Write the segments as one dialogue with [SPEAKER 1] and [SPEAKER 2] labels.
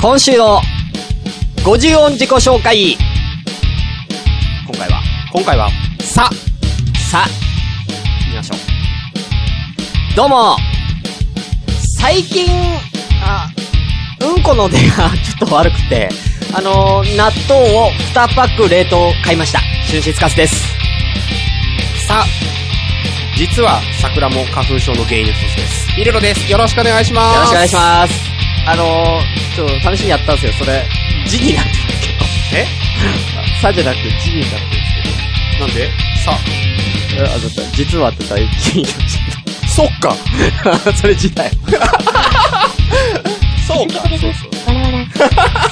[SPEAKER 1] 今週の50音自己紹介。今回は、
[SPEAKER 2] 今回は、さ、
[SPEAKER 1] さ、行きましょう。どうも、最近、あ、うんこの出がちょっと悪くて、あのー、納豆を2パック冷凍買いました。春節カスです。
[SPEAKER 2] さ、実は桜も花粉症の原因の一つです。ミルロです。よろしくお願いします。
[SPEAKER 1] よろしくお願いします。あのー、ちょっと試しにやったんですよ。それ、字になってたけど。
[SPEAKER 2] す。え
[SPEAKER 1] さじゃなくて字になってるんですけど。
[SPEAKER 2] なんでさ、
[SPEAKER 1] え、あ、だった、実はって大事にし
[SPEAKER 2] そっか。
[SPEAKER 1] まった。 それ自体。
[SPEAKER 2] そうか。そう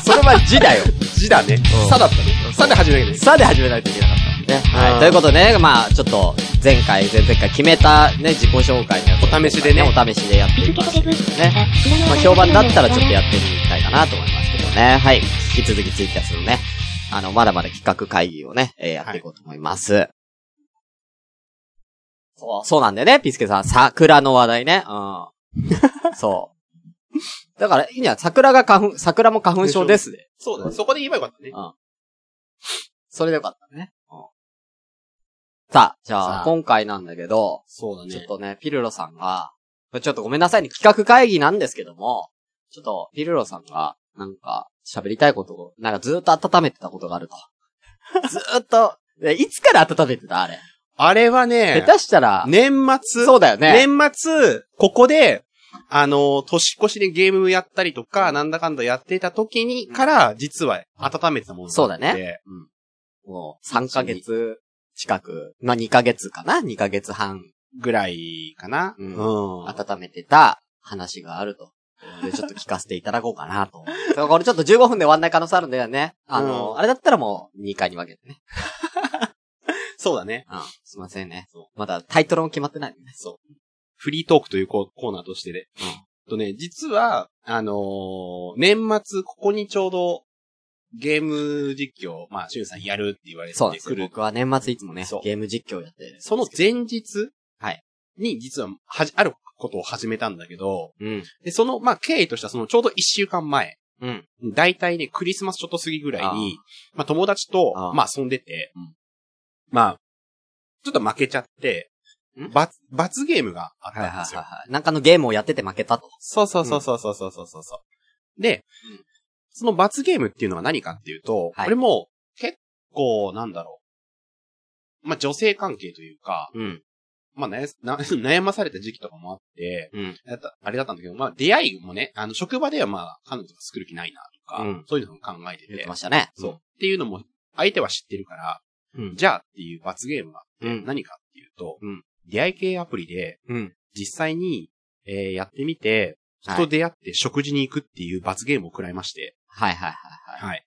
[SPEAKER 1] それは字だよ。
[SPEAKER 2] そう字だね。
[SPEAKER 1] ん
[SPEAKER 2] さだったね。さで始めなきゃいけない。
[SPEAKER 1] さで始めないといけなかったんでね。は
[SPEAKER 2] う
[SPEAKER 1] い。
[SPEAKER 2] ん
[SPEAKER 1] ということで、まあちょっと、前回、前々回決めたね、自己紹介のやつを
[SPEAKER 2] お試しでね
[SPEAKER 1] お試しでやっていきますけどね。ま
[SPEAKER 3] ま
[SPEAKER 1] あ
[SPEAKER 3] あ
[SPEAKER 1] 評
[SPEAKER 3] 評
[SPEAKER 1] 判
[SPEAKER 3] 判だ
[SPEAKER 1] だっ
[SPEAKER 3] ったた
[SPEAKER 1] ら
[SPEAKER 3] ら
[SPEAKER 1] ち
[SPEAKER 3] ちょっと
[SPEAKER 1] ょっとや
[SPEAKER 3] や
[SPEAKER 1] ってみたいかなと思いますけどね。はい。引き続きツイキャスのね、あの、まだまだ企画会議をね、えーやっていこうと思います。そう、そうなんだよね、ピスケさん。桜の話題ね。うん。そう。 だから、いいんじゃない桜が花粉、桜も花粉症ですね。
[SPEAKER 2] そうだね。そこで言えばよかったね。
[SPEAKER 1] それでよかったね。うんさあ、じゃ
[SPEAKER 2] さ
[SPEAKER 1] あ、
[SPEAKER 2] あ
[SPEAKER 1] 今回なんだけど、
[SPEAKER 2] そうだ
[SPEAKER 1] ちょっ。とね、ピルロさんが、ちょっとごめんなさいね、企画会議なんですけども、ちょっと、ピルロさんが、なんか、喋りたいことを、なんかずーっと温めてたことがあ ると。ずーっと、えいつから温めてたあれ。
[SPEAKER 2] あれはね、
[SPEAKER 1] 下手したら、
[SPEAKER 2] 年末、
[SPEAKER 1] そうだよね。
[SPEAKER 2] 年末、ここで、あの、年越しでゲームやったりとか、なんだかんだやってた時に、から、実は温めてたもの
[SPEAKER 1] そうだね
[SPEAKER 2] ね。
[SPEAKER 1] もう、3ヶ月近く、まあ、2ヶ月かな ?2 ヶ月半、
[SPEAKER 2] ぐらいかな。
[SPEAKER 1] うん
[SPEAKER 2] うん
[SPEAKER 1] 温めてた話があると。で、ちょっと聞かせていただこうかな と。そうこれちょっと15分で終わんない可能性あるんだよね。あの、
[SPEAKER 2] う
[SPEAKER 1] あれだったらもう2回に分けてね。
[SPEAKER 2] そうだね。
[SPEAKER 1] うん。すいませんね
[SPEAKER 2] そ。
[SPEAKER 1] まだタイトルも決まってない、ね。
[SPEAKER 2] そう。フリートークというココーナーとしてで。とね、実は、あのー年末、ここにちょうど、ゲーム実況、まあ、しゅんさんやるって言われて
[SPEAKER 1] そうなんです
[SPEAKER 2] く
[SPEAKER 1] よ。
[SPEAKER 2] る。
[SPEAKER 1] 僕は年末いつもね
[SPEAKER 2] そう、
[SPEAKER 1] ゲーム実況やってるんですけ
[SPEAKER 2] そ
[SPEAKER 1] ど。
[SPEAKER 2] の前日
[SPEAKER 1] はい
[SPEAKER 2] に、実は、はじ、あることを始めたんだけど、
[SPEAKER 1] うん。
[SPEAKER 2] で、その、まあ、経緯としては、その、ちょうど一週間前、
[SPEAKER 1] うん。
[SPEAKER 2] だいたいね、クリスマスちょっと過ぎぐらいに、まあ、友達と
[SPEAKER 1] ああ、
[SPEAKER 2] まあ、遊んでて
[SPEAKER 1] うん、
[SPEAKER 2] まあ、ちょっと負けちゃって
[SPEAKER 1] ん、
[SPEAKER 2] 罰、罰ゲームがあっ
[SPEAKER 1] はいはい
[SPEAKER 2] たんです
[SPEAKER 1] はい
[SPEAKER 2] よ。
[SPEAKER 1] はい。なんかのゲームをやってて負けたと。
[SPEAKER 2] そうそうそうそうそうそうそうそうそう。
[SPEAKER 1] う
[SPEAKER 2] で、
[SPEAKER 1] ん
[SPEAKER 2] その罰ゲームっていうのは何かっていうと、
[SPEAKER 1] はい
[SPEAKER 2] これも結構なんだろう。まあ、女性関係というか、
[SPEAKER 1] うん。
[SPEAKER 2] まあ、悩な 悩まされた時期とかもあって、
[SPEAKER 1] うん。
[SPEAKER 2] やったあれだったんだけど、まあ、出会いもね、あの、職場ではまあ、彼女が作る気ないなとか、
[SPEAKER 1] うん
[SPEAKER 2] そういうのも考えて
[SPEAKER 1] 言っててま、したね。
[SPEAKER 2] そう。っていうのも、相手は知ってるから、
[SPEAKER 1] うん。
[SPEAKER 2] じゃあっていう罰ゲームが
[SPEAKER 1] うん。
[SPEAKER 2] 何かっていうと、
[SPEAKER 1] うん
[SPEAKER 2] 出会い系アプリで、
[SPEAKER 1] うん。
[SPEAKER 2] 実際に、えーやってみて、人
[SPEAKER 1] はい
[SPEAKER 2] と出会って食事に行くっていう罰ゲームを食らいまして。
[SPEAKER 1] はいはいはいはい。
[SPEAKER 2] はい。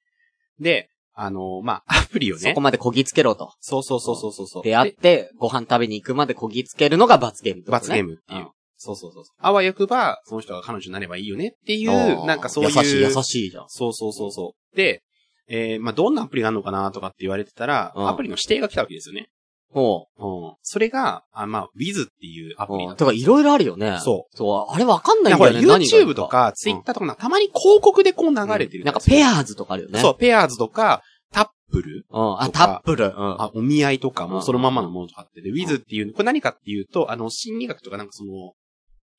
[SPEAKER 2] で、あのーまあ、 アプリを
[SPEAKER 1] そ
[SPEAKER 2] ね
[SPEAKER 1] こ。までこぎつけろと。
[SPEAKER 2] そうそうそうそうそうそう。
[SPEAKER 1] 出会っ
[SPEAKER 2] で
[SPEAKER 1] て、ご飯食べに行くまでこぎつけるのが罰ゲームってことね。
[SPEAKER 2] 罰ゲームっていう。
[SPEAKER 1] うん
[SPEAKER 2] そうそうそうそう。あわよくば、その人が彼女になればいいよねってい
[SPEAKER 1] お
[SPEAKER 2] う、
[SPEAKER 1] ー
[SPEAKER 2] なんかそういう。
[SPEAKER 1] 優しい、優しいじゃん。
[SPEAKER 2] そうそうそうそう。で、えーまあ、どんなアプリがあるのかなとかって言われてたら、
[SPEAKER 1] うん
[SPEAKER 2] アプリの指定が来たわけですよね。
[SPEAKER 1] ほ
[SPEAKER 2] うん。それが、あまあ、Wiz っていうア
[SPEAKER 1] う。
[SPEAKER 2] プリ
[SPEAKER 1] う
[SPEAKER 2] だ
[SPEAKER 1] ん。
[SPEAKER 2] った
[SPEAKER 1] か、いろいろあるよね。。
[SPEAKER 2] そう
[SPEAKER 1] そう、あれわかんないん
[SPEAKER 2] ほ
[SPEAKER 1] だ
[SPEAKER 2] ら、
[SPEAKER 1] よね。何がいい
[SPEAKER 2] YouTube とか、Twitter とか、たまに広告でこう流れてる。
[SPEAKER 1] なんか、ペアーズとかあるよね。
[SPEAKER 2] そう、ペアーズとか、タップル、
[SPEAKER 1] うん。あ、
[SPEAKER 2] と
[SPEAKER 1] タ
[SPEAKER 2] か
[SPEAKER 1] ップル。うん。
[SPEAKER 2] あ、お見合いとか
[SPEAKER 1] う
[SPEAKER 2] も
[SPEAKER 1] ん
[SPEAKER 2] そのままのものとかあって、で、ウィズっていう、これ何かっていうと、あの、心理学とかなんかその、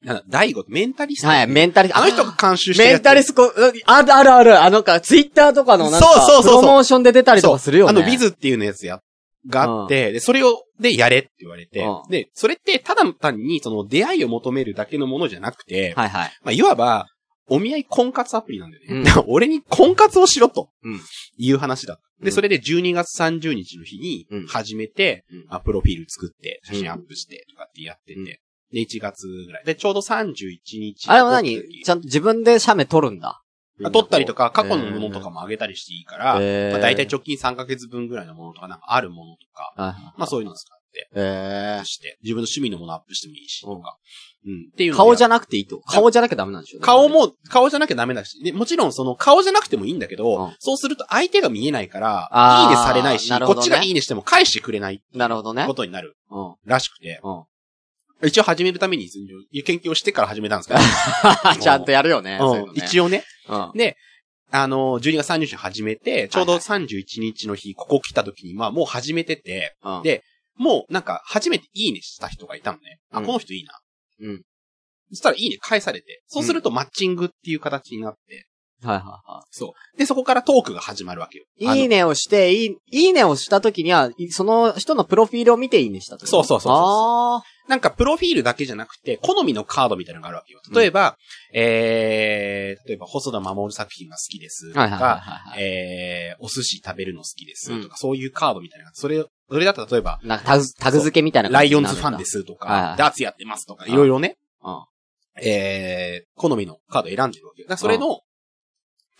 [SPEAKER 2] なんだ、大悟、メンタリスト。
[SPEAKER 1] はい、メンタリスト。
[SPEAKER 2] あの人が監修してる
[SPEAKER 1] メ
[SPEAKER 2] やつ
[SPEAKER 1] ンタリスト、うんあるあるある。あのか、ツイッターとかのなんか、
[SPEAKER 2] そうそうそうそう
[SPEAKER 1] プロモーションで出たりとかするよね。
[SPEAKER 2] あの、ウィズっていうのやつや、があって、で、それを、で、やれって言われて
[SPEAKER 1] う、ん
[SPEAKER 2] で、それって、ただ単に、その、出会いを求めるだけのものじゃなくて、
[SPEAKER 1] はいはい。
[SPEAKER 2] まあ、いわば、お見合い婚活アプリなんだよね。
[SPEAKER 1] うん
[SPEAKER 2] だから 俺に婚活をしろと
[SPEAKER 1] うん。
[SPEAKER 2] いう話だ。
[SPEAKER 1] う
[SPEAKER 2] で、
[SPEAKER 1] ん
[SPEAKER 2] それで12月30日の日に
[SPEAKER 1] うん
[SPEAKER 2] 始めて、
[SPEAKER 1] うん
[SPEAKER 2] あプロフィール作って、写真アップしてとかってやってて、
[SPEAKER 1] うん
[SPEAKER 2] で、1月ぐらい。で、ちょうど31日。
[SPEAKER 1] あれは何
[SPEAKER 2] 撮った時
[SPEAKER 1] ちゃんと自分で写メ撮るんだ。
[SPEAKER 2] あ撮ったりとか、過去のものと
[SPEAKER 1] も
[SPEAKER 2] かも上げたりしていいから、
[SPEAKER 1] えー
[SPEAKER 2] まあ、大体直近3ヶ月分ぐらいのものとか、なんかあるものとか、
[SPEAKER 1] は
[SPEAKER 2] まあそういうのを使って、
[SPEAKER 1] いえー
[SPEAKER 2] して、自分の趣味のものアップしてもいいし、とか。うん。っていうのをや
[SPEAKER 1] 顔じゃなくていいと。顔じゃなきゃダメなんでしょ
[SPEAKER 2] 顔。も、顔じゃなきゃダメだし、ね、もちろんその顔じゃなくてもいいんだけど、
[SPEAKER 1] うん
[SPEAKER 2] そうすると相手が見えないから、
[SPEAKER 1] あー
[SPEAKER 2] いいねされないし
[SPEAKER 1] なるほ
[SPEAKER 2] こ
[SPEAKER 1] どね
[SPEAKER 2] っちがいいねしても返してくれない
[SPEAKER 1] なるほどね
[SPEAKER 2] こ。とになる
[SPEAKER 1] うん。うん。
[SPEAKER 2] らしくて、一応始めるために 研究をしてから始めたんですけ
[SPEAKER 1] ちゃんとやるよね。
[SPEAKER 2] ど、
[SPEAKER 1] そういううんのね
[SPEAKER 2] 一応ね。
[SPEAKER 1] うん。
[SPEAKER 2] で、あの、12月30日に始めて、ちょうど31日の日、ここ来た時にはもう始めてて、
[SPEAKER 1] うん。
[SPEAKER 2] でもうなんか初めていいねした人がいたのね。あ、
[SPEAKER 1] うん
[SPEAKER 2] この人いいな。
[SPEAKER 1] うん。
[SPEAKER 2] そしたらいいね返されて、そうするとマッチングっていう形になって、
[SPEAKER 1] はいは
[SPEAKER 2] そう。で、そこからトークが始まるわけよ。
[SPEAKER 1] いはい。いい
[SPEAKER 2] ね。
[SPEAKER 1] ねをして、いい、いいねをしたときには、いその人のプロフィールを見ていいねしたと
[SPEAKER 2] そうそうそうそう
[SPEAKER 1] あ
[SPEAKER 2] なんかプロフィールだけじゃなくて、好みのカードみたいなのがあるわけよ。例えば、えー、例えば細田守作品が好きですと
[SPEAKER 1] あ。
[SPEAKER 2] か、
[SPEAKER 1] はいはいはいはいはい。
[SPEAKER 2] えー、お寿司食べるの好きですとか、そういうカードみたいなのが。それ、それだったら例えば、
[SPEAKER 1] なんかタグ、タグ付けみたいな。
[SPEAKER 2] ライオンズファンですすと
[SPEAKER 1] はいは
[SPEAKER 2] か
[SPEAKER 1] い、
[SPEAKER 2] ダーツやってますとか、
[SPEAKER 1] うん
[SPEAKER 2] いろいろね、
[SPEAKER 1] うん。
[SPEAKER 2] えー、好みのカード選んでるわけよ。だからそれの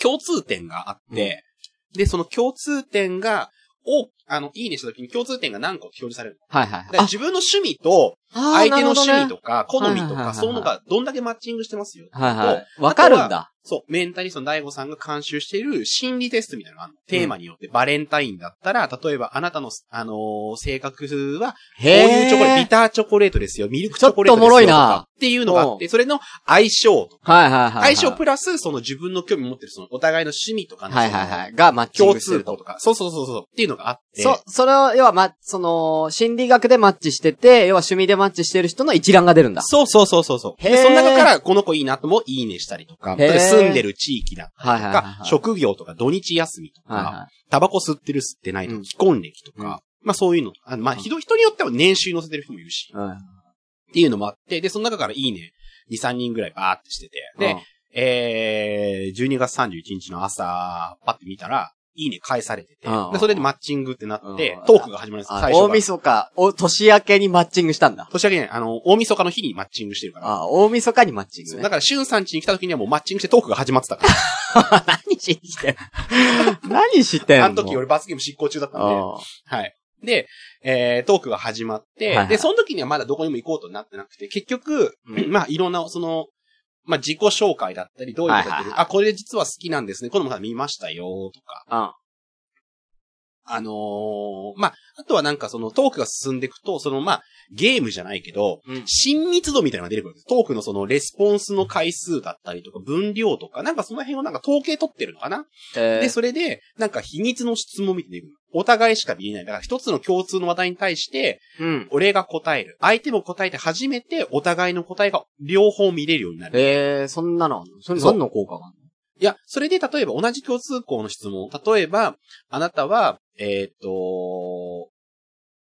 [SPEAKER 2] 共通点があって、で、その共通点が、を、あの、いいねした時に共通点が何個表示されるの
[SPEAKER 1] はいはい
[SPEAKER 2] だから
[SPEAKER 1] はい。
[SPEAKER 2] 自分の趣味と、
[SPEAKER 1] あ
[SPEAKER 2] 相手の趣味
[SPEAKER 1] と
[SPEAKER 2] とか、好みと
[SPEAKER 1] はいはいはいは
[SPEAKER 2] か、
[SPEAKER 1] い
[SPEAKER 2] そういうのがどんだけマッチングしてますよ。
[SPEAKER 1] はいはい。
[SPEAKER 2] と
[SPEAKER 1] わかるん。だ。
[SPEAKER 2] そう、メンタリストの大悟さんが監修している心理テストみたいなのがあるの。テーマによって、バレンタインだったら、例えばあなたの、あのー性格は、こう
[SPEAKER 1] へ
[SPEAKER 2] いうチョコレート、
[SPEAKER 1] ー
[SPEAKER 2] ビターチョコレートですよ、ミルクチョコレートです
[SPEAKER 1] ちょっと
[SPEAKER 2] よ。
[SPEAKER 1] おもろいな
[SPEAKER 2] とかっていうのがあって、それの相性とか、
[SPEAKER 1] はいはいはいはい。
[SPEAKER 2] 相性プラス、その自分の興味持ってる、そのお互いの趣味とかの、
[SPEAKER 1] はいはいはい。が、マッ
[SPEAKER 2] そ
[SPEAKER 1] チ
[SPEAKER 2] の
[SPEAKER 1] ン
[SPEAKER 2] 共
[SPEAKER 1] グす
[SPEAKER 2] 通
[SPEAKER 1] る
[SPEAKER 2] 項
[SPEAKER 1] と。
[SPEAKER 2] とか、そうそうそうそう、っていうのがあって、
[SPEAKER 1] そ、それを、要は、ま、その、心理学でマッチしてて、要は趣味でマッチしてる人の一覧が出るんだ。
[SPEAKER 2] そうそうそうそうそう。
[SPEAKER 1] へー
[SPEAKER 2] で、その中から、この子いいなとも、いいねしたりとか、
[SPEAKER 1] へー
[SPEAKER 2] 住んでる地域だった
[SPEAKER 1] はい
[SPEAKER 2] り
[SPEAKER 1] は
[SPEAKER 2] と
[SPEAKER 1] いはい
[SPEAKER 2] か
[SPEAKER 1] は、い。
[SPEAKER 2] 職業とか土日休みと
[SPEAKER 1] はい
[SPEAKER 2] か、
[SPEAKER 1] は
[SPEAKER 2] タバコ吸ってる吸ってないと
[SPEAKER 1] う
[SPEAKER 2] か
[SPEAKER 1] ん、
[SPEAKER 2] 既婚歴とか、まあそういうの。あのまあ
[SPEAKER 1] うん
[SPEAKER 2] 人、人によっては年収載せてる人もいるし、
[SPEAKER 1] いはい。
[SPEAKER 2] っていうのもあって、で、その中からいいね、2、3人ぐらいバーってしてて、で、えー、12月31日の朝、パッて見たら、いいね返されてて
[SPEAKER 1] うん、
[SPEAKER 2] でそれでマッチングってなって
[SPEAKER 1] うん、
[SPEAKER 2] トークが始まるんです
[SPEAKER 1] あ、
[SPEAKER 2] 最
[SPEAKER 1] 大
[SPEAKER 2] 初が。
[SPEAKER 1] 晦日、お、年明けにマッチングしたんだ。
[SPEAKER 2] 年明けね、あの、大晦日の日にマッチングしてるから。
[SPEAKER 1] あ、大晦日にマッチング
[SPEAKER 2] だ
[SPEAKER 1] ね。
[SPEAKER 2] から、しゅんさん家に来た時にはもうマッチングしてトークが始まってたから。
[SPEAKER 1] 何信じてん の何してんの
[SPEAKER 2] あの時俺罰ゲーム執行中だったんで、
[SPEAKER 1] あ
[SPEAKER 2] はい。で、えー、トークが始まって、
[SPEAKER 1] はいはい
[SPEAKER 2] で、その時にはまだどこにも行こうとなってなくて、結局、
[SPEAKER 1] うん
[SPEAKER 2] まあ、いろんな、その、まあ、自己紹介だったり、どういうことやって
[SPEAKER 1] はいはい
[SPEAKER 2] る、
[SPEAKER 1] はい
[SPEAKER 2] あ、これ実は好きなんですね。この前見ましたよ、とか。
[SPEAKER 1] あ
[SPEAKER 2] あのーまあ、あとはなんかそのトークが進んでいくと、そのまあ、ゲームじゃないけど、
[SPEAKER 1] うん
[SPEAKER 2] 親密度みたいなのが出てくるんです。トークのそのレスポンスの回数だったりとか、分量とか、なんかその辺をなんか統計取ってるのかな
[SPEAKER 1] え
[SPEAKER 2] で、
[SPEAKER 1] ー
[SPEAKER 2] それで、なんか秘密の質問みたいなのが出てくる。お互いしか見えない。だから一つの共通の話題に対して、
[SPEAKER 1] うん。
[SPEAKER 2] 俺が答える。相手も答えて初めてお互いの答えが両方見れるようになる。
[SPEAKER 1] えー、そんなのあんのそれ
[SPEAKER 2] そう
[SPEAKER 1] 何の効果があんの
[SPEAKER 2] いや、それで例えば同じ共通項の質問。例えば、あなたは、えーっと、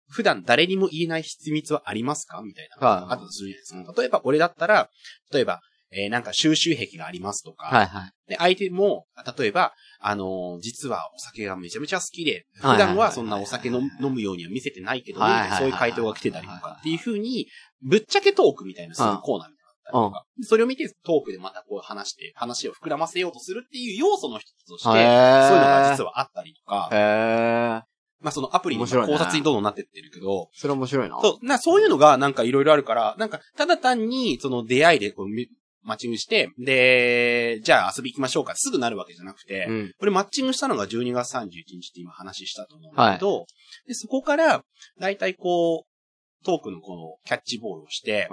[SPEAKER 2] 普段誰にも言えない秘密はありますかみたいな。
[SPEAKER 1] はい
[SPEAKER 2] あったとするじゃないですか。例えば、俺だったら、例えば、えーなんか収集癖がありますとか、
[SPEAKER 1] はいはい。
[SPEAKER 2] で、相手も、例えば、あのー実はお酒がめちゃめちゃ好きで、
[SPEAKER 1] はいはい
[SPEAKER 2] 普
[SPEAKER 1] はい
[SPEAKER 2] 段はそんなお酒飲む飲むようには見せてないけどね、
[SPEAKER 1] はいはいはいはい
[SPEAKER 2] そういう回答が来てたりとかっていう風に、ぶっちゃけトークみたいなするコーナーみたいなのがあったりとか、それを見てトークでまたこう話して、話を膨らませようとするっていう要素の一つとして、そういうのが実
[SPEAKER 1] は。
[SPEAKER 2] はあったりとか、
[SPEAKER 1] へー。
[SPEAKER 2] まあそのアプリの
[SPEAKER 1] 面白いね
[SPEAKER 2] 考察にどんどんなってってるけど、
[SPEAKER 1] それ面白いな。
[SPEAKER 2] そう、な、そういうのがなんかいろいろあるから、なんか、ただ単に、その出会いでこう、みマッチングして、で、じゃあ遊び行きましょうか、すぐなるわけじゃなくて、
[SPEAKER 1] うん。
[SPEAKER 2] これマッチングしたのが12月31日って今話したと思うんだけど、で、そこから、だいたいこう、トークのこのキャッチボールをして、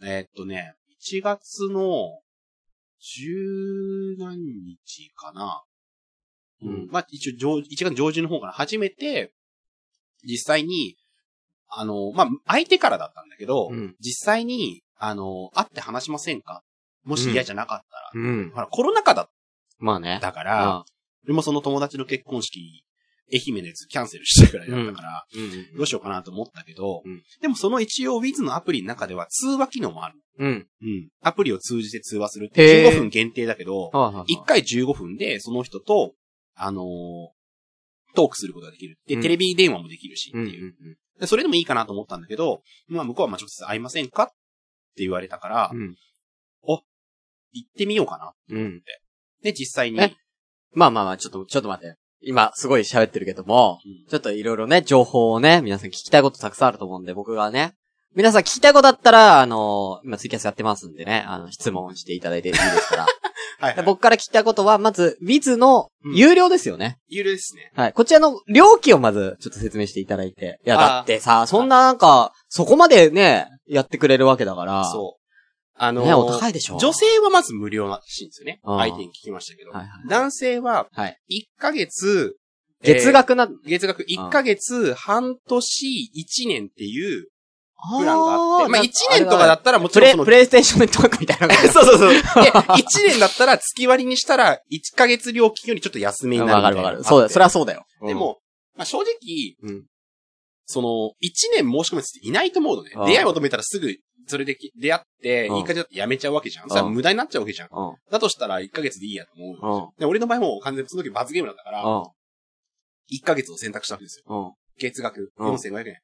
[SPEAKER 1] うん。
[SPEAKER 2] えーっとね、1月の10何日かな。
[SPEAKER 1] うん
[SPEAKER 2] まあ、一応上、1月上旬の方から初めて、実際に、あの、まあ、相手からだったんだけど、
[SPEAKER 1] うん
[SPEAKER 2] 実際に、あの、会って話しませんかもし嫌じゃなかったら。
[SPEAKER 1] うん。
[SPEAKER 2] ほら、コロナ禍だっ
[SPEAKER 1] まあね。
[SPEAKER 2] たか
[SPEAKER 1] う
[SPEAKER 2] ら、
[SPEAKER 1] ん
[SPEAKER 2] 俺もその友達の結婚式、愛媛のやつキャンセルしたぐらいだったから、
[SPEAKER 1] うん
[SPEAKER 2] どうしようかなと思ったけど、
[SPEAKER 1] うん
[SPEAKER 2] でもその一応 Wiz のアプリの中では通話機能もある。
[SPEAKER 1] うん。
[SPEAKER 2] うん。アプリを通じて通話するっ
[SPEAKER 1] へ
[SPEAKER 2] て
[SPEAKER 1] ー
[SPEAKER 2] 15分限定だけ
[SPEAKER 1] は
[SPEAKER 2] ど、
[SPEAKER 1] いはいはい
[SPEAKER 2] 1回15分でその人と、あのートークすることができる。で、
[SPEAKER 1] うん
[SPEAKER 2] テレビ電話もできるしって
[SPEAKER 1] うんうん
[SPEAKER 2] いう、でそれでもいいかなと思ったんだけど、まあ向こうはまあ直接会いませんかって言われたから、
[SPEAKER 1] うん。
[SPEAKER 2] 行ってみようかな。
[SPEAKER 1] うん。うん。
[SPEAKER 2] で、実際に。
[SPEAKER 1] えまあまあまあ、ちょっと、ちょっと待って。今、すごい喋ってるけども、
[SPEAKER 2] うん
[SPEAKER 1] ちょっといろいろね、情報をね、皆さん聞きたいことたくさんあると思うんで、僕がね、皆さん聞きたいことあったら、あの今ツイキャスやってますんでね、あの、質問していただいていいです から。
[SPEAKER 2] はい、
[SPEAKER 1] で
[SPEAKER 2] はい。
[SPEAKER 1] 僕から聞きたいことは、まず、Wiz の有料ですよね。
[SPEAKER 2] ゆるですね。
[SPEAKER 1] はい。こちらの料金をまず、ちょっと説明していただいて。いや、
[SPEAKER 2] あー
[SPEAKER 1] だってさ、そんななんか、そこまでね、やってくれるわけだから。
[SPEAKER 2] そう。あのー
[SPEAKER 1] ねお高いでしょ
[SPEAKER 2] 女性はまず無料らしいんですよね。
[SPEAKER 1] うん
[SPEAKER 2] 相手に聞きましたけど。
[SPEAKER 1] はいはい
[SPEAKER 2] 男性は、
[SPEAKER 1] はい。
[SPEAKER 2] 1ヶ月、
[SPEAKER 1] 月額な、
[SPEAKER 2] えー月額1ヶ月、半年、1年っていう
[SPEAKER 1] あ
[SPEAKER 2] プランがあって、まあ1年とかだ
[SPEAKER 1] っ
[SPEAKER 2] ったらも
[SPEAKER 1] プ
[SPEAKER 2] ちろん
[SPEAKER 1] レ
[SPEAKER 2] その、
[SPEAKER 1] プレイステーションネットワークみたいなのが。
[SPEAKER 2] そうそうそう。で、1年だったら月割りにしたら、1ヶ月料金よりちょっと安 めになるみた
[SPEAKER 1] わ
[SPEAKER 2] い
[SPEAKER 1] か
[SPEAKER 2] な
[SPEAKER 1] るわかる。そうだ、それはそうだよ。
[SPEAKER 2] でも、まあ、正直、
[SPEAKER 1] うん、
[SPEAKER 2] その、1年申し込むやつっていないと思うのね
[SPEAKER 1] うん。
[SPEAKER 2] 出会いを求めたらすぐ、それでき出会って、
[SPEAKER 1] うん
[SPEAKER 2] いい感じだってやめちゃうわけじゃん。それは無駄になっちゃうわけじゃん。
[SPEAKER 1] うん、
[SPEAKER 2] だとしたら1ヶ月でいいやと思うよ。
[SPEAKER 1] うん、
[SPEAKER 2] で、俺の場合もう完全にその時罰ゲームだったから、
[SPEAKER 1] う
[SPEAKER 2] 1ヶ月を選択したわけですよ。
[SPEAKER 1] ん、うん。
[SPEAKER 2] 月額
[SPEAKER 1] うん
[SPEAKER 2] 4500円。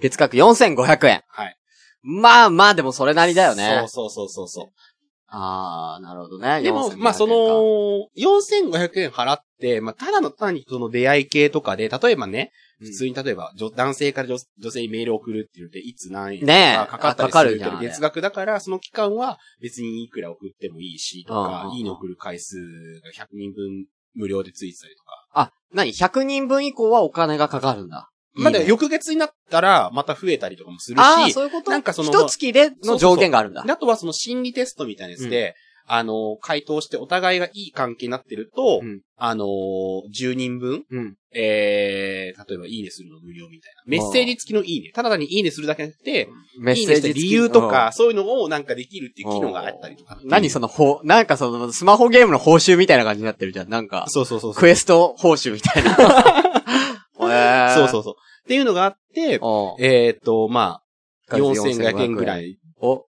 [SPEAKER 1] 月額4500円。
[SPEAKER 2] はい。
[SPEAKER 1] まあまあ、でもそれなりだよね。
[SPEAKER 2] そうそうそうそうそ
[SPEAKER 1] ああ、なるほどね。
[SPEAKER 2] う。で
[SPEAKER 1] 4500
[SPEAKER 2] も、
[SPEAKER 1] 円
[SPEAKER 2] まあ、
[SPEAKER 1] か
[SPEAKER 2] そ、の、4500円払って、まあ、ただの単にその出会い系とかで、例えばね、
[SPEAKER 1] うん
[SPEAKER 2] 普通に例えば、女男性から女女性にメールを送るっていうので、いつ何円と
[SPEAKER 1] ねえ
[SPEAKER 2] かかか
[SPEAKER 1] あかか
[SPEAKER 2] った
[SPEAKER 1] る
[SPEAKER 2] りす
[SPEAKER 1] じ
[SPEAKER 2] る
[SPEAKER 1] ゃ
[SPEAKER 2] け
[SPEAKER 1] ん
[SPEAKER 2] ど、
[SPEAKER 1] あれ
[SPEAKER 2] 月額だから、その期間は別にいくら送ってもいいし、と
[SPEAKER 1] うんうん
[SPEAKER 2] か
[SPEAKER 1] う、ん
[SPEAKER 2] いいの送る回数が100人分無料でついてたりとか。
[SPEAKER 1] あ、なに、100人分以降はお金がかかるんだ。
[SPEAKER 2] まあ、だから
[SPEAKER 1] いいね
[SPEAKER 2] 翌月になったら、また増えたりとかもする
[SPEAKER 1] ああ、
[SPEAKER 2] し、
[SPEAKER 1] そういうこと
[SPEAKER 2] なんかその
[SPEAKER 1] 一月での上限があるんだ。
[SPEAKER 2] あとはその心理テストみたいなやつで、あの、回答してお互いがいい関係になってると、
[SPEAKER 1] うん
[SPEAKER 2] あの、10人分、
[SPEAKER 1] うん
[SPEAKER 2] えー、例えばいいねするの無料みたいな。メッセージ付きのいいね。ただ単にいいねするだけじゃなくて、
[SPEAKER 1] メ
[SPEAKER 2] いいねした
[SPEAKER 1] 付き
[SPEAKER 2] 理由とか、、そういうのをなんかできるっていう機能があったりとか。
[SPEAKER 1] うん何
[SPEAKER 2] そ
[SPEAKER 1] その、ほ、なんかその、スマホゲームの報酬みたいな感じになってるじゃん。なんか、
[SPEAKER 2] そうそうそうそう。
[SPEAKER 1] クエスト報酬み たいな。えー、
[SPEAKER 2] そうそううそう。っていうのがあって、
[SPEAKER 1] お
[SPEAKER 2] えーっと、まあ、
[SPEAKER 1] 月
[SPEAKER 2] 4500円ぐら
[SPEAKER 1] い
[SPEAKER 2] い
[SPEAKER 1] を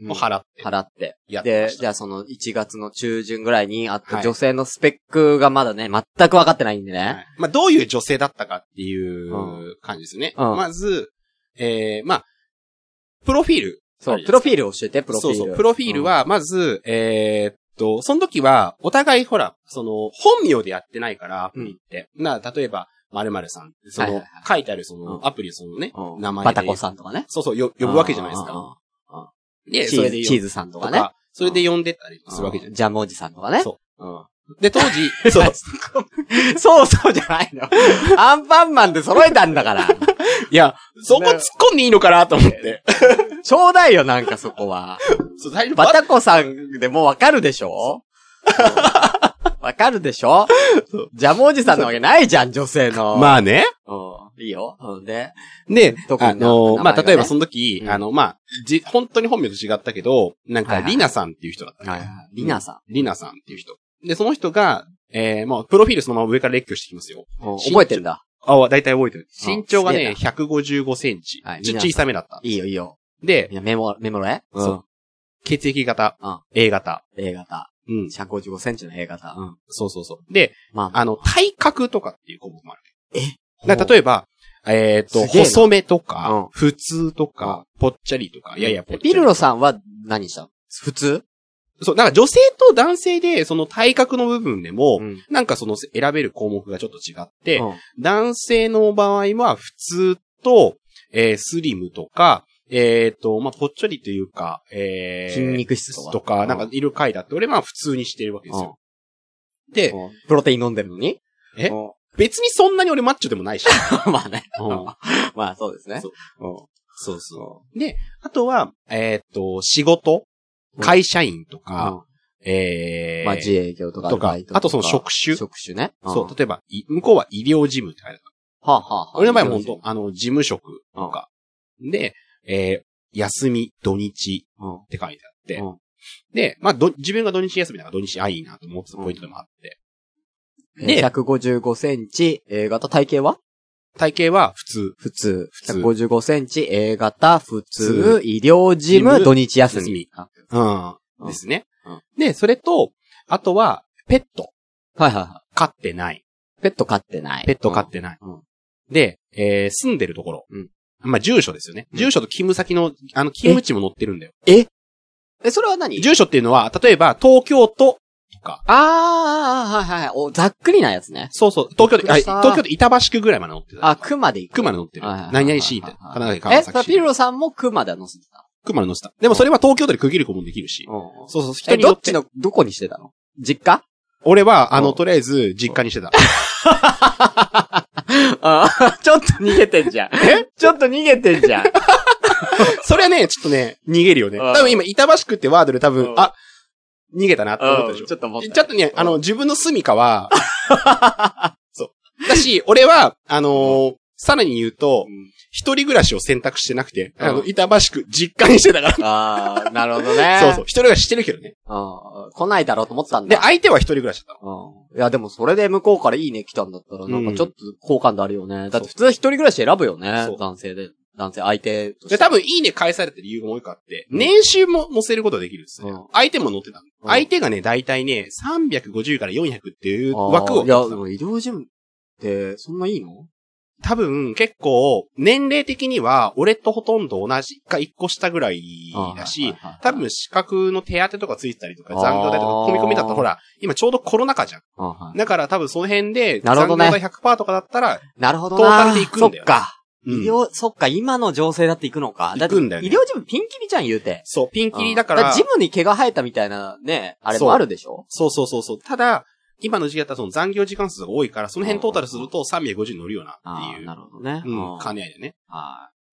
[SPEAKER 2] うんを払って
[SPEAKER 1] 払って。
[SPEAKER 2] やってま
[SPEAKER 1] で、
[SPEAKER 2] した。
[SPEAKER 1] じゃあその1月の中旬ぐらいにあった
[SPEAKER 2] はい
[SPEAKER 1] 女性のスペックがまだね、全く分かってないんでね。
[SPEAKER 2] はいまあ、どういう女性だったかっていうう感じですよね。
[SPEAKER 1] うん
[SPEAKER 2] まず、えー、まあ、プロフィール。
[SPEAKER 1] そ
[SPEAKER 2] あ
[SPEAKER 1] う、
[SPEAKER 2] れ
[SPEAKER 1] プロフィールを教えて、プロフィー
[SPEAKER 2] そう
[SPEAKER 1] ル。
[SPEAKER 2] そう。プロフィールは、まず、えーっと、その時は、お互いほら、その、本名でやってないから、アプリって。な、例えば、〇〇さん。その、
[SPEAKER 1] はいはいは
[SPEAKER 2] 書いてあるそうの、
[SPEAKER 1] ん
[SPEAKER 2] アプリそのね、
[SPEAKER 1] うん、
[SPEAKER 2] 名前で。
[SPEAKER 1] バタコさんとかね。
[SPEAKER 2] そうそう、よ呼ぶわけじゃないです
[SPEAKER 1] うんうん
[SPEAKER 2] か。
[SPEAKER 1] うん。
[SPEAKER 2] で、
[SPEAKER 1] チ
[SPEAKER 2] それ
[SPEAKER 1] ー
[SPEAKER 2] で
[SPEAKER 1] ズ
[SPEAKER 2] 呼
[SPEAKER 1] チーズさんと
[SPEAKER 2] と
[SPEAKER 1] かね。
[SPEAKER 2] か、それで呼んでったりするわけじゃ
[SPEAKER 1] う
[SPEAKER 2] なんい。
[SPEAKER 1] ジャムおじさんとかね。。
[SPEAKER 2] そう
[SPEAKER 1] うん。
[SPEAKER 2] で、当 時、そう、
[SPEAKER 1] そうそうじゃないの。アンパンマンで揃えたんだから。
[SPEAKER 2] いや、そこ突っ込んでいいのかなと思って。
[SPEAKER 1] ちょうだいよ、なん かそこは。
[SPEAKER 2] そう、最初
[SPEAKER 1] バタコさんでもうわかるでしょうんわかるでしょ
[SPEAKER 2] そう
[SPEAKER 1] ジャムおじさんなわけないじゃん、女性の。
[SPEAKER 2] まあね。
[SPEAKER 1] うん。いいよ。うんで、
[SPEAKER 2] で、
[SPEAKER 1] 特に
[SPEAKER 2] あの、
[SPEAKER 1] 名前がね
[SPEAKER 2] まあ、例えばその時、
[SPEAKER 1] うん
[SPEAKER 2] あの、まあ、じ、本当に本名と違ったけど、なん
[SPEAKER 1] はい
[SPEAKER 2] か、
[SPEAKER 1] はい
[SPEAKER 2] リナさんっていう人だった。
[SPEAKER 1] はいはいリナさ
[SPEAKER 2] リナさんっていう人。で、その人が、えー、もう、プロフィールそのまま上から列挙してきますよ。
[SPEAKER 1] ん。うん覚えてんだ。
[SPEAKER 2] あ、だいたい覚えてる。
[SPEAKER 1] うん
[SPEAKER 2] 身長がね、
[SPEAKER 1] す
[SPEAKER 2] 155センチ。
[SPEAKER 1] はい
[SPEAKER 2] ち
[SPEAKER 1] リナ
[SPEAKER 2] ょ
[SPEAKER 1] さ
[SPEAKER 2] っと
[SPEAKER 1] ん
[SPEAKER 2] 小さめだった。
[SPEAKER 1] いいよ、いいよ。
[SPEAKER 2] で
[SPEAKER 1] い、やメモ、メモれ
[SPEAKER 2] そ
[SPEAKER 1] ん
[SPEAKER 2] う。血液型
[SPEAKER 1] うん、
[SPEAKER 2] A 型。
[SPEAKER 1] A 型。
[SPEAKER 2] うん。
[SPEAKER 1] 155センチの A 型。うん。
[SPEAKER 2] そうそうそう。で、
[SPEAKER 1] まあ、
[SPEAKER 2] あの、体格とかっていう項目もある。だから
[SPEAKER 1] え
[SPEAKER 2] 例えば、えっと、
[SPEAKER 1] すげえな
[SPEAKER 2] 細めと
[SPEAKER 1] う
[SPEAKER 2] か
[SPEAKER 1] ん、
[SPEAKER 2] 普通とか、ぽっちゃりとか、いやいや、ぽっちゃり
[SPEAKER 1] ピ
[SPEAKER 2] とか
[SPEAKER 1] ルロさんは何したの普通
[SPEAKER 2] そう、なんか女性と男性で、その体格の部分でも、
[SPEAKER 1] ん。
[SPEAKER 2] なんかその選べる項目がちょっと違って、
[SPEAKER 1] うん
[SPEAKER 2] 男性の場合は普通と、えースリムとか、えっ、と、まあ、ぽっちょりというか、えー、
[SPEAKER 1] 筋肉質とか
[SPEAKER 2] とか、なんかいる回だって、俺は普通にしてるわけですよ。で、
[SPEAKER 1] うんプロテイン飲んでるのに
[SPEAKER 2] え
[SPEAKER 1] うん
[SPEAKER 2] 別にそんなに俺マッチョでもないし。
[SPEAKER 1] まあね。
[SPEAKER 2] うん
[SPEAKER 1] まあそうですね
[SPEAKER 2] そう。そう
[SPEAKER 1] そ
[SPEAKER 2] で、あとは、えっ、と、仕事、会社員と
[SPEAKER 1] うん
[SPEAKER 2] か、えー、
[SPEAKER 1] まあ自営業とか
[SPEAKER 2] とか
[SPEAKER 1] バイト
[SPEAKER 2] あとその職種
[SPEAKER 1] 職種ね。
[SPEAKER 2] そう
[SPEAKER 1] は、
[SPEAKER 2] 例えば、い向こうは医療事務って書いてある
[SPEAKER 1] あ、はあはあ、
[SPEAKER 2] 俺の場合は本当、あの、事務職とか。で、えー休み、土日
[SPEAKER 1] うん。
[SPEAKER 2] って書いてあって。
[SPEAKER 1] うん
[SPEAKER 2] で、まあ、ど、自分が土日休みだから土日あいいなと思ってたポイントでもあって。
[SPEAKER 1] で、
[SPEAKER 2] で
[SPEAKER 1] 155センチ、A 型体型は
[SPEAKER 2] 体型は普通。
[SPEAKER 1] 普通。
[SPEAKER 2] 普通
[SPEAKER 1] 155センチ、A 型、普通
[SPEAKER 2] 普、
[SPEAKER 1] 医療事務、
[SPEAKER 2] 事務
[SPEAKER 1] 土日休
[SPEAKER 2] 休
[SPEAKER 1] み
[SPEAKER 2] み。
[SPEAKER 1] あ
[SPEAKER 2] うん。
[SPEAKER 1] ん
[SPEAKER 2] ですね
[SPEAKER 1] うん。
[SPEAKER 2] で、それと、あとは、ペット。
[SPEAKER 1] はいはいは
[SPEAKER 2] 飼ってない。
[SPEAKER 1] い。ペット飼ってない。
[SPEAKER 2] ペット飼ってない。
[SPEAKER 1] うんうん
[SPEAKER 2] で、えー住んでるところ。
[SPEAKER 1] うん
[SPEAKER 2] まあ、住所ですよね。
[SPEAKER 1] うん
[SPEAKER 2] 住所と勤務先の、あの、勤務地も載ってるんだよ。
[SPEAKER 1] うん。え、それは何
[SPEAKER 2] 住所っていうのは、例えば、東京都とか、
[SPEAKER 1] あー、はいはい。お、ざっくりなやつね。
[SPEAKER 2] そうそう、東京
[SPEAKER 1] びっ
[SPEAKER 2] で、
[SPEAKER 1] く
[SPEAKER 2] あ
[SPEAKER 1] りした
[SPEAKER 2] 東京で板橋区ぐらいまで乗ってた。
[SPEAKER 1] あ、熊で行く。
[SPEAKER 2] 区まで乗ってる。
[SPEAKER 1] はいはいはい
[SPEAKER 2] 何々市みたいな。
[SPEAKER 1] はい
[SPEAKER 2] 神奈川
[SPEAKER 1] え、
[SPEAKER 2] 県
[SPEAKER 1] そ
[SPEAKER 2] 川
[SPEAKER 1] れは
[SPEAKER 2] 崎
[SPEAKER 1] ピ
[SPEAKER 2] 市
[SPEAKER 1] ル。ロさんも熊で乗せてた。
[SPEAKER 2] 区まで乗ってた。でもそれは東京都で区切ることもできるし。
[SPEAKER 1] うん
[SPEAKER 2] そうそう、人
[SPEAKER 1] え、
[SPEAKER 2] によ
[SPEAKER 1] ど
[SPEAKER 2] っ
[SPEAKER 1] っち
[SPEAKER 2] て。
[SPEAKER 1] の、どこにしてたの実 家
[SPEAKER 2] 俺は、あ
[SPEAKER 1] う
[SPEAKER 2] の、
[SPEAKER 1] ん
[SPEAKER 2] とりあえず、実家にし てた。
[SPEAKER 1] あーちょっと逃げてんじゃん。えちょっと逃げてんじゃん。
[SPEAKER 2] それはね、ちょっとね、逃げるよね。
[SPEAKER 3] ああ
[SPEAKER 2] 多分今、板橋区ってワードで多
[SPEAKER 3] う
[SPEAKER 2] 分、
[SPEAKER 3] ん
[SPEAKER 2] あ、逃げたなって思ったでしょ。
[SPEAKER 3] ちょっと思った。
[SPEAKER 2] ちょっとね、あの、自分の住 処は、
[SPEAKER 3] と、
[SPEAKER 2] だし、俺は、あのーさらに言うと
[SPEAKER 3] う、ん
[SPEAKER 2] 一人暮らしを選択してなくて、あの、
[SPEAKER 3] うん
[SPEAKER 2] 板橋区、実家にしてたか
[SPEAKER 3] ああ、なるほどね
[SPEAKER 2] ら。。そうそう、一人暮らししてるけどね。
[SPEAKER 1] うん。来ないだろうと思ったん
[SPEAKER 2] で、
[SPEAKER 1] だ。
[SPEAKER 2] 相手は一人暮らしだったの。
[SPEAKER 1] うん。いや、でもそれで向こうからいいね来たんだったら、なんかちょっと好感度あるよね。だって普通は一人暮らし選ぶよね
[SPEAKER 2] そう。
[SPEAKER 1] 男性で。男性相手として。
[SPEAKER 2] で、多分、いいね返されてる理由がもう一個あって、
[SPEAKER 1] うん
[SPEAKER 2] 年収も載せることができるんですね。
[SPEAKER 1] うん
[SPEAKER 2] 相手も載ってたの。
[SPEAKER 1] うん
[SPEAKER 2] 相手がね、大体ね、350から400っていう
[SPEAKER 1] あー
[SPEAKER 2] 枠を
[SPEAKER 1] い。や、でも医療事務って、そんないいの
[SPEAKER 2] 多分、結構、年齢的には、俺とほとんど同じか一個下ぐらいだし、、多分、資格の手当とかついてたりとか、
[SPEAKER 1] あー
[SPEAKER 2] 残業代とか、込み込みだったら、ほら、今ちょうどコロナ禍じゃん。
[SPEAKER 1] あはい
[SPEAKER 2] だから多分その辺で、
[SPEAKER 1] なるほどね
[SPEAKER 2] 残業代100%とかだったら、
[SPEAKER 1] なるほどな。
[SPEAKER 2] トータルで行くんだよね
[SPEAKER 1] そっか。
[SPEAKER 2] うん
[SPEAKER 1] 医療、そっか、今の情勢だって行くのか。
[SPEAKER 2] 行くんだよね
[SPEAKER 1] って医療事務ピンキリじゃん、言うて。
[SPEAKER 2] そう、ピンキリだから、
[SPEAKER 1] ジムに毛が生えたみたいなね、あれもあるでしょ
[SPEAKER 2] そうそうそうそう。ただ、今の時期だったらその残業時間数が多いから、その辺トータルすると350乗るよな
[SPEAKER 1] あ
[SPEAKER 2] って
[SPEAKER 1] あ、
[SPEAKER 2] いう、
[SPEAKER 1] なるほどね。
[SPEAKER 2] うん、
[SPEAKER 1] は
[SPEAKER 2] 兼ね合いでね。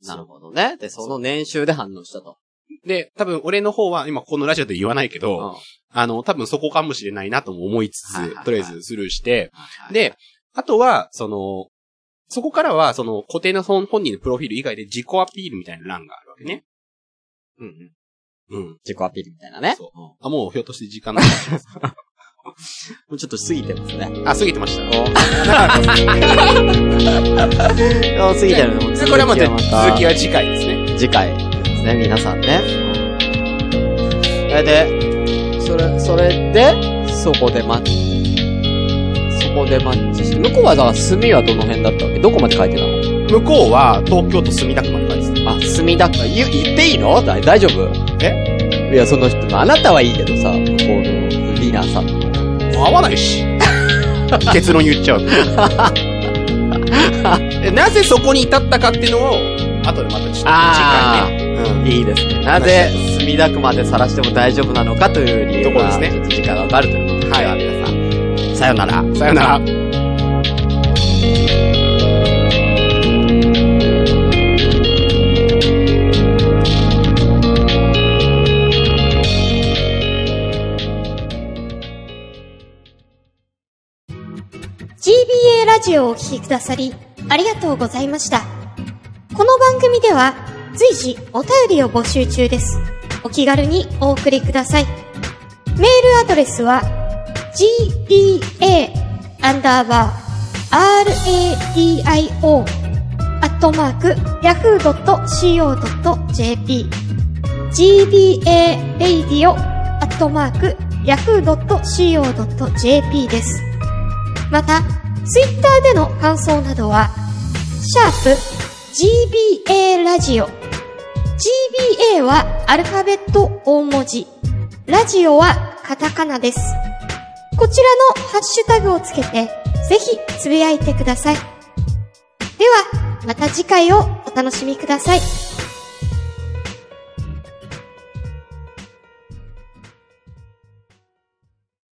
[SPEAKER 1] い。なるほどね。で、その年収で反応したと。
[SPEAKER 2] で、多分俺の方は、今このラジオで言わないけ
[SPEAKER 1] う
[SPEAKER 2] ど、
[SPEAKER 1] ん
[SPEAKER 2] あの、多分そこかもしれないなとも思いつつ、
[SPEAKER 1] はいはいはい
[SPEAKER 2] とりあえずスルーして、
[SPEAKER 1] はい
[SPEAKER 2] で、あとは、その、そこからは、その、固定の本本人のプロフィール以外で自己アピールみたいな欄があるわけね。
[SPEAKER 1] うんうん
[SPEAKER 2] うん。
[SPEAKER 1] 自己アピールみたいなね。
[SPEAKER 2] そう
[SPEAKER 1] も
[SPEAKER 2] あ、もうひょっとして時 間の話です。
[SPEAKER 1] うちょっと過ぎてますね。
[SPEAKER 2] あ、過ぎてました。
[SPEAKER 1] あ過ぎてるのも
[SPEAKER 2] これはまた続き
[SPEAKER 1] は
[SPEAKER 2] は次回ですね。
[SPEAKER 1] 次回ですね、皆さんね。え、で、それ、それで、そこでマッチ。そこでマッチして。向こうはだから墨はどの辺だったわけどこまで書いてたの
[SPEAKER 2] 向こうは東京都墨田区まで書いてた
[SPEAKER 1] あ、墨だった。言う、言っていいのだ大丈夫えいや、その人、あなたはいいけどさ、向こうのディナーさん。
[SPEAKER 2] もう合わないし。結論言っちゃう。でなぜそこに至ったかっていうのを、後でまたちょっと次
[SPEAKER 1] あー
[SPEAKER 2] 回ね。うん
[SPEAKER 1] いいですね。なぜ、墨田区まで晒しても大丈夫なのかという理由
[SPEAKER 2] ところで
[SPEAKER 1] が、
[SPEAKER 2] すね
[SPEAKER 1] ちょっと時間がわかるということで、
[SPEAKER 2] はい
[SPEAKER 1] では皆さん、さようなら。
[SPEAKER 2] さよなら。
[SPEAKER 4] GBA ラジオをお聴きくださり、ありがとうございました。この番組では、随時お便りを募集中です。お気軽にお送りください。メールアドレスは、gba, アンダーバー、radio, アットマーク、yahoo.co.jp gba, radio, アットマーク、yahoo.co.jp です。また、ツイッターでの感想などは、シャープ GBA ラジオ。GBA はアルファベット大文字。ラジオはカタカナです。こちらのハッシュタグをつけて、ぜひつぶやいてください。では、また次回をお楽しみください。